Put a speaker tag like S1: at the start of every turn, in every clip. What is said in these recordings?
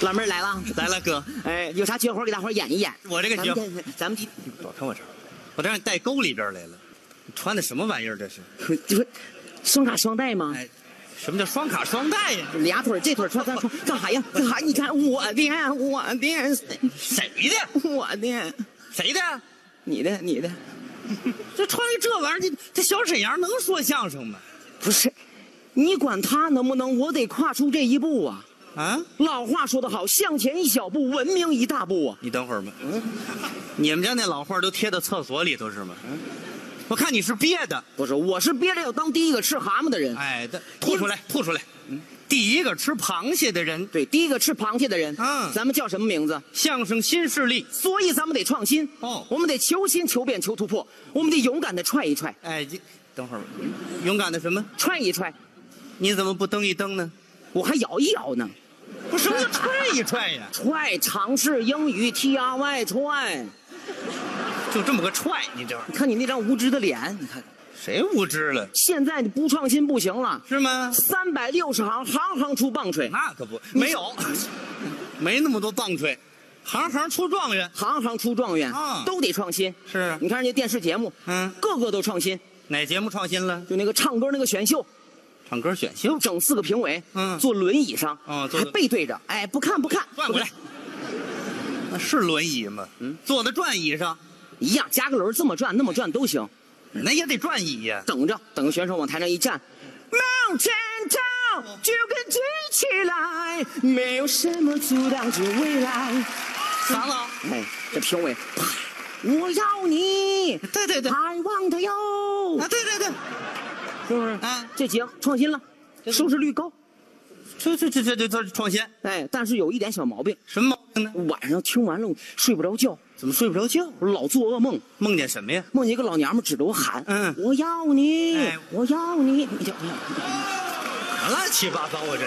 S1: 老妹儿来了，啊
S2: 来了哥，
S1: 哎，有啥绝活给大伙儿演一演？
S2: 我这个
S1: 咱
S2: 绝
S1: 们这咱们这
S2: 老看我这儿，我这让你带沟里边来了，你穿的什么玩意儿这是？
S1: 这不双卡双待吗？
S2: 哎，什么叫双卡双待呀？
S1: 俩腿儿这腿儿穿穿穿干啥呀？干啥？你看我的，我的，
S2: 谁的？
S1: 我的，
S2: 谁的？
S1: 你的，你的，
S2: 这穿个这玩意儿，这这小沈阳能说相声吗？
S1: 不是，你管他能不能？我得跨出这一步啊！
S2: 啊？
S1: 老话说得好，向前一小步，文明一大步啊！
S2: 你等会儿吧。嗯你们家那老话都贴到厕所里头是吗？嗯我看你是憋的。
S1: 不是，我是憋着要当第一个吃蛤蟆的人。
S2: 哎，嗯的吐出来，吐出来。第一个吃螃蟹的人，
S1: 对，第一个吃螃蟹的人，
S2: 嗯
S1: 咱们叫什么名字？
S2: 相声新势力。
S1: 所以咱们得创新
S2: 哦
S1: 我们得求新、求变、求突破，我们得勇敢的踹一踹，
S2: 哎，你等会儿吧，勇敢的什么？
S1: 踹一踹，
S2: 你怎么不蹬一蹬呢？
S1: 我还咬一咬呢。
S2: 不是，什么叫踹一踹呀？
S1: 踹，尝试英语 T R Y 踹。
S2: 就这么个踹，你这玩意
S1: 你看你那张无知的脸，你看
S2: 儿谁无知了？
S1: 现在你不创新不行了。
S2: 是吗？
S1: 三百六十行，行行出棒槌，
S2: 那可不，没有，没那么多棒槌，行行出状元。
S1: 行行出状元，
S2: 啊
S1: 都得创新。
S2: 是
S1: 你看人家电视节目，
S2: 嗯
S1: 个个都创新。
S2: 哪节目创新了？
S1: 就那个唱歌那个选秀，
S2: 唱歌选秀。
S1: 整四个评委，
S2: 嗯
S1: 坐轮椅上，
S2: 哦坐
S1: 还
S2: 的
S1: 背对着，哎，不看不看，
S2: 转过来，那是轮椅吗？嗯，坐在转椅上，
S1: 一样，加个轮儿这么转那么转都行。
S2: 那也得转椅呀、
S1: 等着，等着选手往台上一站，冒尖头就跟追起来，没有什么阻挡着未来。
S2: 散了。
S1: 哎，这评委，啪，我要你
S2: 对对对，啊，
S1: ，I want you，
S2: 对对对，
S1: 是不是？
S2: 啊，
S1: 这节目创新了，收视率高。
S2: 这这这这这这创新，
S1: 哎，但是有一点小毛病，
S2: 什么毛病呢？
S1: 晚上听完了我睡不着觉，
S2: 怎么睡不着觉？
S1: 我老做噩梦，
S2: 梦见什么呀？
S1: 梦见一个老娘们指着我喊：“
S2: 嗯
S1: 我要你，
S2: 哎
S1: 我要你，你叫我要你
S2: 乱七八糟啊，这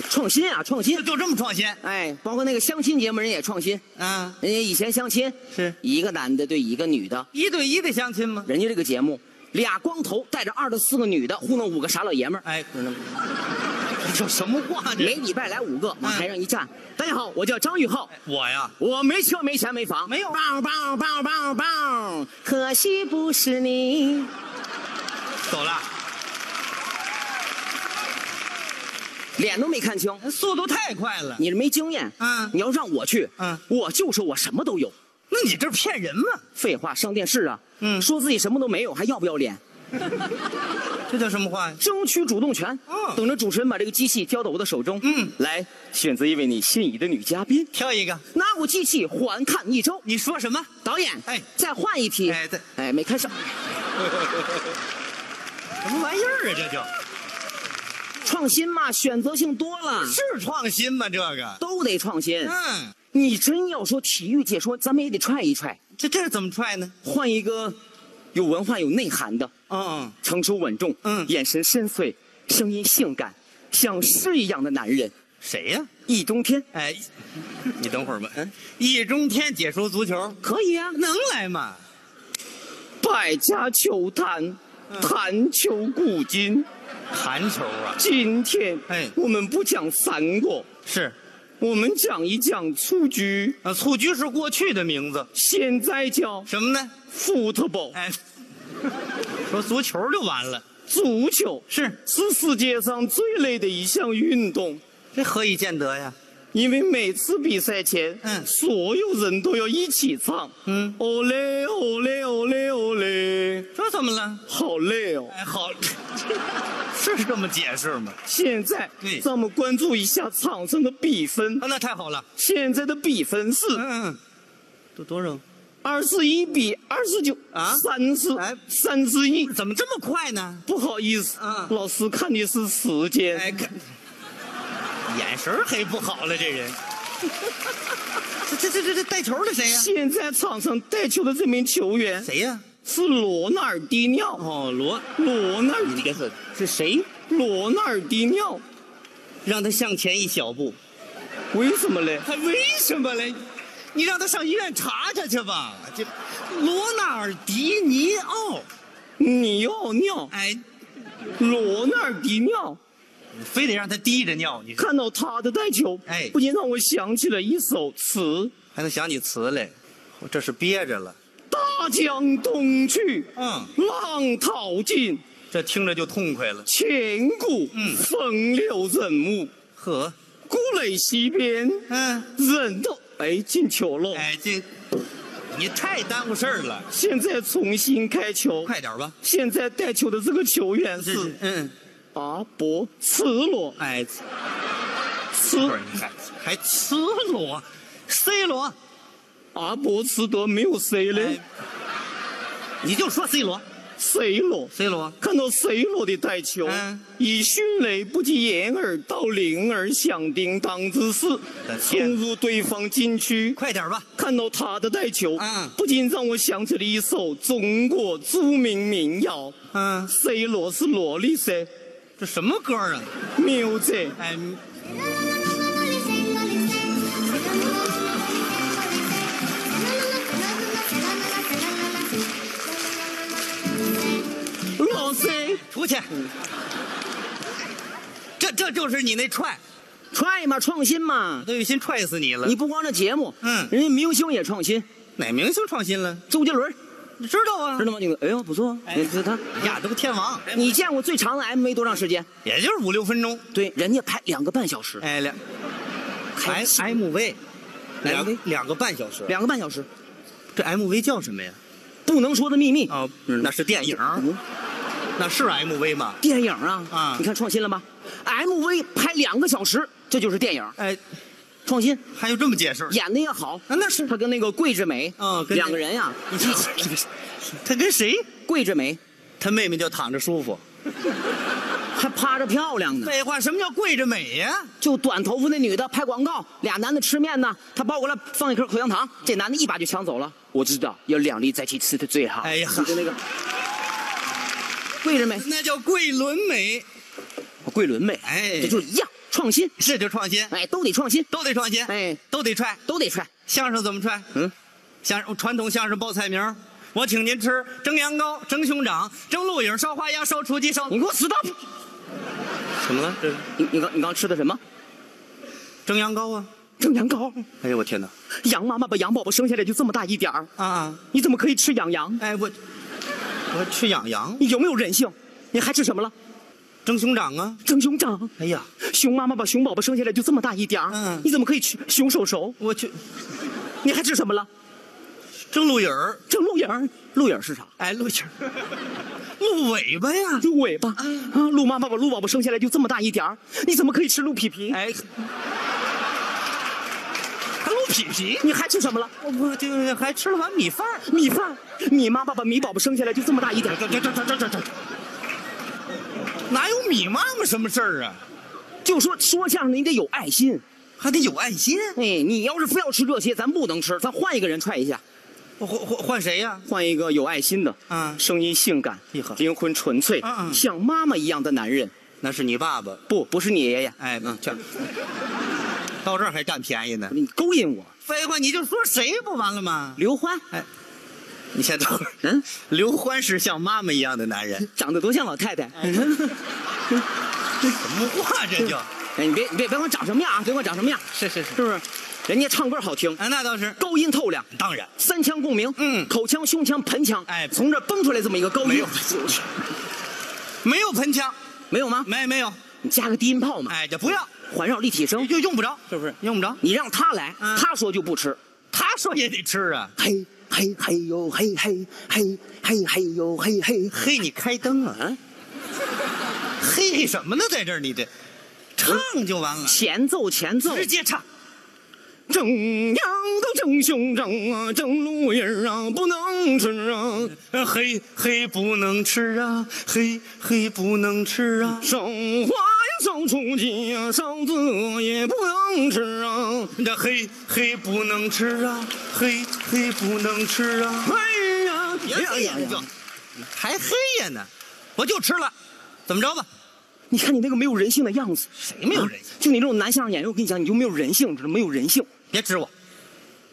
S2: 就
S1: 创新啊，创新
S2: 就！就这么创新
S1: 哎，包括那个相亲节目，人也创新。
S2: 啊？
S1: 人家以前相亲
S2: 是
S1: 一个男的对一个女的，
S2: 一对一的相亲吗？
S1: 人家这个节目俩光头带着二十四个女的糊弄五个傻老爷们儿，
S2: 哎， 这什么话
S1: 每
S2: 这？
S1: 礼拜来五
S2: 哎
S1: 个，往台上一站。大家好，我叫张玉浩。
S2: 我呀，
S1: 我没车没钱没房，
S2: 没有
S1: 棒棒棒棒棒，可惜不是你。
S2: 走了，
S1: 脸都没看清，
S2: 速度太快了。
S1: 你是没经验。
S2: 哎嗯
S1: 你要让我去，
S2: 嗯
S1: 我就说我什么都有。
S2: 那你这骗人吗？
S1: 废话，上电视啊，
S2: 嗯
S1: 说自己什么都没有，还要不要脸？
S2: 这叫什么话呀？
S1: 争取主动权。
S2: 嗯
S1: 等着主持人把这个机器交到我的手中，
S2: 嗯，
S1: 来选择一位你心仪的女嘉宾。
S2: 挑一个，
S1: 拿过机器环看一周，
S2: 你说什么？
S1: 导演，
S2: 哎
S1: 再换一批，
S2: 哎对
S1: 哎，没看上，
S2: 什么玩意儿啊？这就
S1: 创新嘛，选择性多了，
S2: 是创新吗？这个，
S1: 都得创新。
S2: 嗯。
S1: 你真要说体育解说，咱们也得踹一踹，
S2: 这这是怎么踹呢？
S1: 换一个有文化、有内涵的，
S2: 嗯，
S1: 成熟稳重，
S2: 嗯
S1: 眼神深邃，声音性感，像诗一样的男人，
S2: 谁呀、
S1: 易中天
S2: 哎， 你等会儿吧。嗯易中天解说足球
S1: 可以啊，
S2: 能来吗？
S1: 百家球坛，
S2: 嗯
S1: 谈球古今。
S2: 弹球啊，
S1: 今天，
S2: 哎
S1: 我们不讲三国，
S2: 是。
S1: 我们讲一讲蹴鞠，
S2: 呃，蹴鞠是过去的名字，
S1: 现在叫
S2: 什么呢？
S1: football
S2: 哎， 说足球就完了。
S1: 足球，
S2: 是，
S1: 是世界上最累的一项运动，
S2: 这何以见得呀？
S1: 因为每次比赛前，
S2: 嗯
S1: 所有人都要一起唱，
S2: 嗯
S1: 哦嘞哦嘞哦嘞哦嘞，
S2: 这怎么了？
S1: 好累哦。
S2: 哎，好，是这么解释吗？
S1: 现在
S2: 对
S1: 让我们关注一下场上的比分，
S2: 啊，那太好了。
S1: 现在的比分是
S2: 嗯，嗯多多少？
S1: 二十一比二十九
S2: 啊
S1: 三十
S2: 哎
S1: 三十一。
S2: 怎么这么快呢？
S1: 不好意思，
S2: 嗯
S1: 老师看的是时间。
S2: 哎，看，眼神儿黑不好了，这人。这这这这这带球的谁呀、
S1: 现在场上带球的这名球员
S2: 谁呀、
S1: 是罗纳尔迪尼奥，
S2: 哦，罗，
S1: 罗纳尔
S2: 你别说，是谁
S1: 罗纳尔迪尼奥，
S2: 让他向前一小步？
S1: 为什么嘞？
S2: 还为什么嘞？你让他上医院查查去吧。这罗纳尔迪尼奥，
S1: 尼奥尿，
S2: 哎，
S1: 罗纳尔迪尼奥，
S2: 你非得让他滴着尿，你
S1: 看到他的带球，
S2: 哎
S1: 不禁让我想起了一首词：
S2: 还能想起词来？我这是憋着了，
S1: 大江东去，
S2: 嗯
S1: 浪淘尽，
S2: 这听着就痛快了。
S1: 千古
S2: 嗯
S1: 风流人物。
S2: 呵，
S1: 故垒西边，
S2: 嗯，
S1: 人都哎进球了，
S2: 哎，这你太耽误事儿了，
S1: 现在重新开球。
S2: 快点吧。
S1: 现在带球的这个球员
S2: 这
S1: 是
S2: 嗯，
S1: 阿伯赤裸
S2: 哎，
S1: 赤
S2: 不是你还还赤裸，C 罗，
S1: 阿伯赤德没有 C 嘞
S2: 哎，你就说 C 罗
S1: ，C 裸
S2: ，C 罗，
S1: 看到 C 罗的带球
S2: 嗯，
S1: 以迅雷不及掩耳盗铃而响叮当之势
S2: 的天
S1: 冲入对方禁区。
S2: 快点吧。
S1: 看到他的带球
S2: 嗯，
S1: 不禁让我想起了一首中国著名民谣。
S2: 嗯，
S1: C 罗是萝莉噻，
S2: 这什么歌啊？
S1: 牛仔
S2: 哎，
S1: 老塞，
S2: 出去。这这就是你那踹，
S1: 踹嘛，创新嘛。
S2: 都有心踹死你了。
S1: 你不光这节目，
S2: 嗯
S1: 人家明星也创新，
S2: 哪明星创新了？
S1: 周杰伦
S2: 你知道啊
S1: 知？道吗？那个，哎呦，不错，
S2: 哎
S1: 哎，这他，
S2: 呀，这不天王，
S1: 你见过最长的 MV 多长时间？
S2: 也就是五六分钟。
S1: 对，人家拍两个半小时，
S2: 哎，两哎
S1: 开
S2: M
S1: 心
S2: MV，两
S1: MV
S2: 两个半小时。
S1: 两个半小时，
S2: 这 MV 叫什么呀？
S1: 不能说的秘密，
S2: 哦，那是电影，
S1: 嗯
S2: 那是 MV 吗？
S1: 电影啊，
S2: 啊
S1: 你看创新了吧？MV 拍两个小时，这就是电影，
S2: 哎，
S1: 创新，
S2: 还有这么解释？
S1: 演的也好。
S2: 啊那是
S1: 他跟那个桂志梅，
S2: 嗯跟那
S1: 两个人呀、啊
S2: 你说他跟谁？
S1: 桂志梅
S2: 他妹妹叫躺着舒服。
S1: 还趴着漂亮呢。
S2: 废话，什么叫跪着美呀？
S1: 就短头发那女的拍广告，俩男的吃面呢，她抱过来放一颗口香糖，这男的一把就抢走了。我知道要两粒在一起吃的最好。
S2: 哎呀
S1: 你就那个跪着没？
S2: 那叫桂纶镁。
S1: 桂纶镁，
S2: 哎
S1: 这就是一样，创新，
S2: 是就创新，
S1: 哎，都得创新，
S2: 都得创新，
S1: 哎，
S2: 都得踹。
S1: 都得踹。
S2: 相声怎么踹？
S1: 嗯，
S2: 相声传统相声报菜名儿，我请您吃蒸羊羔、蒸熊掌、蒸鹿影、烧花鸭、烧雏鸡、烧
S1: 你给我 stop！
S2: 什么了？这是
S1: 你你刚你刚吃的什么？
S2: 蒸羊羔啊！
S1: 蒸羊羔。
S2: 哎呦我天哪！
S1: 羊妈妈把羊宝宝生下来就这么大一点儿，
S2: 啊，
S1: 你怎么可以吃羊羊？
S2: 哎我我吃养羊，
S1: 你有没有人性？你还吃什么了？
S2: 蒸熊掌啊！
S1: 蒸熊掌。
S2: 哎呀，
S1: 熊妈妈把熊宝宝生下来就这么大一点儿，
S2: 嗯
S1: 你怎么可以吃熊手手？
S2: 我去
S1: 你还吃什么了？
S2: 蒸鹿影儿，
S1: 蒸鹿影儿，鹿影儿是啥？
S2: 哎鹿影儿， 鹿尾巴呀！
S1: 鹿尾巴
S2: 嗯
S1: 啊！鹿妈妈把鹿宝宝生下来就这么大一点儿，你怎么可以吃鹿皮皮？
S2: 哎，还鹿皮皮，
S1: 你还吃什么了？
S2: 我我这还吃了碗米饭儿。
S1: 米饭。米妈妈把米宝宝生下来就这么大一点儿，
S2: 这这这这这这这，哪有米妈妈什么事儿啊？
S1: 就说说相声的你得有爱
S2: 嗯
S1: 心。
S2: 还得有爱心。
S1: 哎，你要是非要吃这些，咱不能吃，咱换一个人踹一下，
S2: 换换换谁呀、
S1: 换一个有爱心的，
S2: 嗯
S1: 声音性感
S2: 厉害，
S1: 灵魂纯粹
S2: 嗯，嗯
S1: 像妈妈一样的男人。
S2: 那是你爸爸。
S1: 不，不是你爷爷，
S2: 哎， 嗯，去。到这儿还占便宜呢。
S1: 你勾引我，
S2: 废话，你就说谁不完了吗？
S1: 刘欢，
S2: 你先等会儿。
S1: 嗯，
S2: 刘欢是像妈妈一样的男 人。
S1: 长得多像老太太。
S2: 哎 什么话这就？
S1: 哎，你别你别别管我长什么样啊，别管我长什么样，
S2: 是是是。
S1: 是不是？人家唱歌好听，
S2: 啊，那倒是。
S1: 高音透亮，
S2: 当然。
S1: 三腔共鸣，
S2: 嗯
S1: 口腔、胸腔、盆腔，
S2: 哎
S1: 从这儿蹦出来这么一个高音，
S2: 没有
S1: 我去
S2: 没有喷枪，
S1: 没有吗？
S2: 没没有。
S1: 你加个低音炮嘛，
S2: 哎，就不要，
S1: 环绕立体声，
S2: 就用不着，是不是？用不着。
S1: 你让他来，
S2: 嗯
S1: 他说就不吃，
S2: 他说也得吃啊。
S1: 嘿嘿嘿呦嘿嘿嘿嘿嘿呦嘿嘿，
S2: 嘿，你开灯啊？
S1: 啊，
S2: 嘿什么呢？在这儿你这唱就完了，
S1: 前奏前奏，
S2: 直接唱。
S1: 蒸羊羔蒸熊掌啊，蒸鹿尾儿啊，不能吃啊，
S2: 呃嘿嘿不能吃啊，嘿嘿不能吃啊，
S1: 烧花呀烧雏鸡呀，烧子鹅也不能吃啊。
S2: 那嘿嘿不能吃啊，嘿嘿不能吃啊。
S1: 哎呀，
S2: 哎呀呀呀，还嘿呀呢，我就吃了，怎么着吧？
S1: 你看你那个没有人性的样子，
S2: 谁没有人性？
S1: 就你这种男相声演员，我跟你讲，你就没有人性，知道吗没有人性，
S2: 别指我，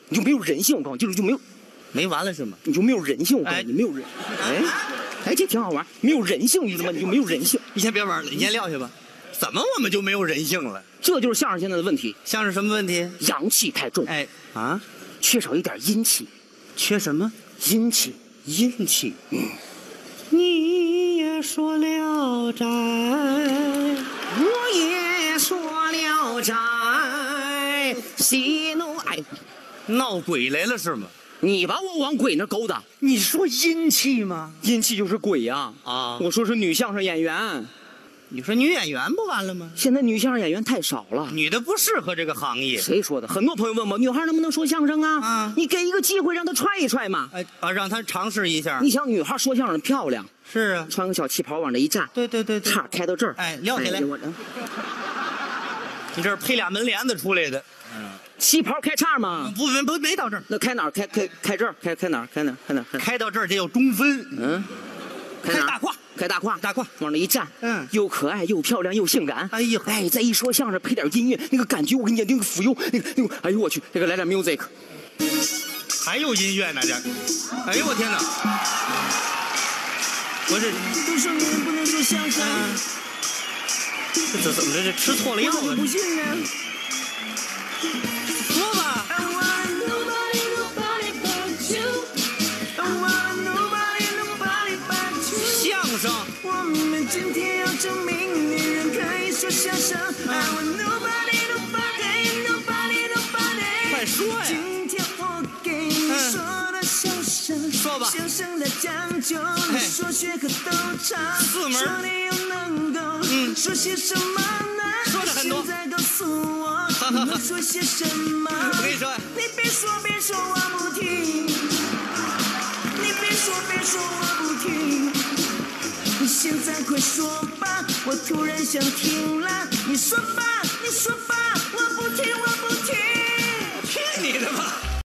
S1: 你就没有人性，我告诉你，就是就没有，
S2: 没完了是吗？
S1: 你就没有人性，我告诉
S2: 哎
S1: 你，你没有人，哎，哎，这挺好玩，没有人性，你知道吗？你就没有人性，
S2: 你先别玩了，你先撂下吧。怎么我们就没有人性了？
S1: 这就是相声现在的问题，
S2: 像是什么问题？
S1: 阳气太重，
S2: 哎啊，
S1: 缺少一点阴气，
S2: 缺什么？
S1: 阴气。
S2: 阴气。你也说聊斋，
S1: 我也说聊斋，喜怒哀，
S2: 闹鬼来了是吗？
S1: 你把我往鬼那勾搭，
S3: 你说阴气吗？
S1: 阴气就是鬼呀、
S2: 啊
S1: 我说是女相声演员，
S2: 你说女演员不完了吗？
S1: 现在女相声演员太少了。
S2: 女的不适合这个行业。
S1: 嗯谁说的？很多朋友问我，女孩能不能说相声啊？
S2: 啊
S1: 你给一个机会让她踹一踹嘛。
S2: 哎啊，让她尝试一下
S1: 你。想，女孩说相声漂亮，
S2: 是啊，
S1: 穿个小旗袍往这一站，
S2: 对对对对
S1: 叉，开到这儿，
S2: 哎撂起来
S1: 我
S2: 你这儿配俩门帘子出来的，
S1: 旗袍开叉嘛？
S2: 不没不没到这儿，
S1: 那开哪儿？开开开这儿？开开哪儿？开哪儿？开哪儿？开哪儿
S2: 开到这儿得有中分。
S1: 嗯，
S2: 开
S1: 哪儿
S2: 大胯，
S1: 开大胯，
S2: 大胯
S1: 往那一站，
S2: 嗯
S1: 又可爱又漂亮又性感。
S2: 哎呦
S1: 哎，再一说相声，配点音乐，那个感觉，我跟你讲，那个浮游，那个那个，哎呦我去，那个来点 music，
S2: 还有音乐呢这儿。哎呦我天哪！不是，
S3: 都说你不能说相声，
S2: 嗯这这怎么着？这吃错了药
S3: 我怎么
S2: 了
S3: 不？信呢？
S2: 说吧，
S3: I want nobody, nobody but you. I want nobody, nobody but you.
S2: 相声
S3: 我们今天要证明女人可以说相声。I
S2: 啊
S3: want nobody, nobody, nobody, nobody.
S2: 快说呀
S3: 今天我给你说的相声，
S2: 说吧
S3: 相声的讲究，你说学和都唱，
S2: 四门
S3: 说你又能够说些什么呢？
S2: 嗯说了很多
S3: 现在告诉我，
S2: 呵
S3: 能说些什么？
S2: 我跟你说
S3: 你别说别说我不听，你别说别说我不听。你现在快说吧，我突然想听了。你说吧，你说吧，我不听，我不听。
S2: 去你的吧！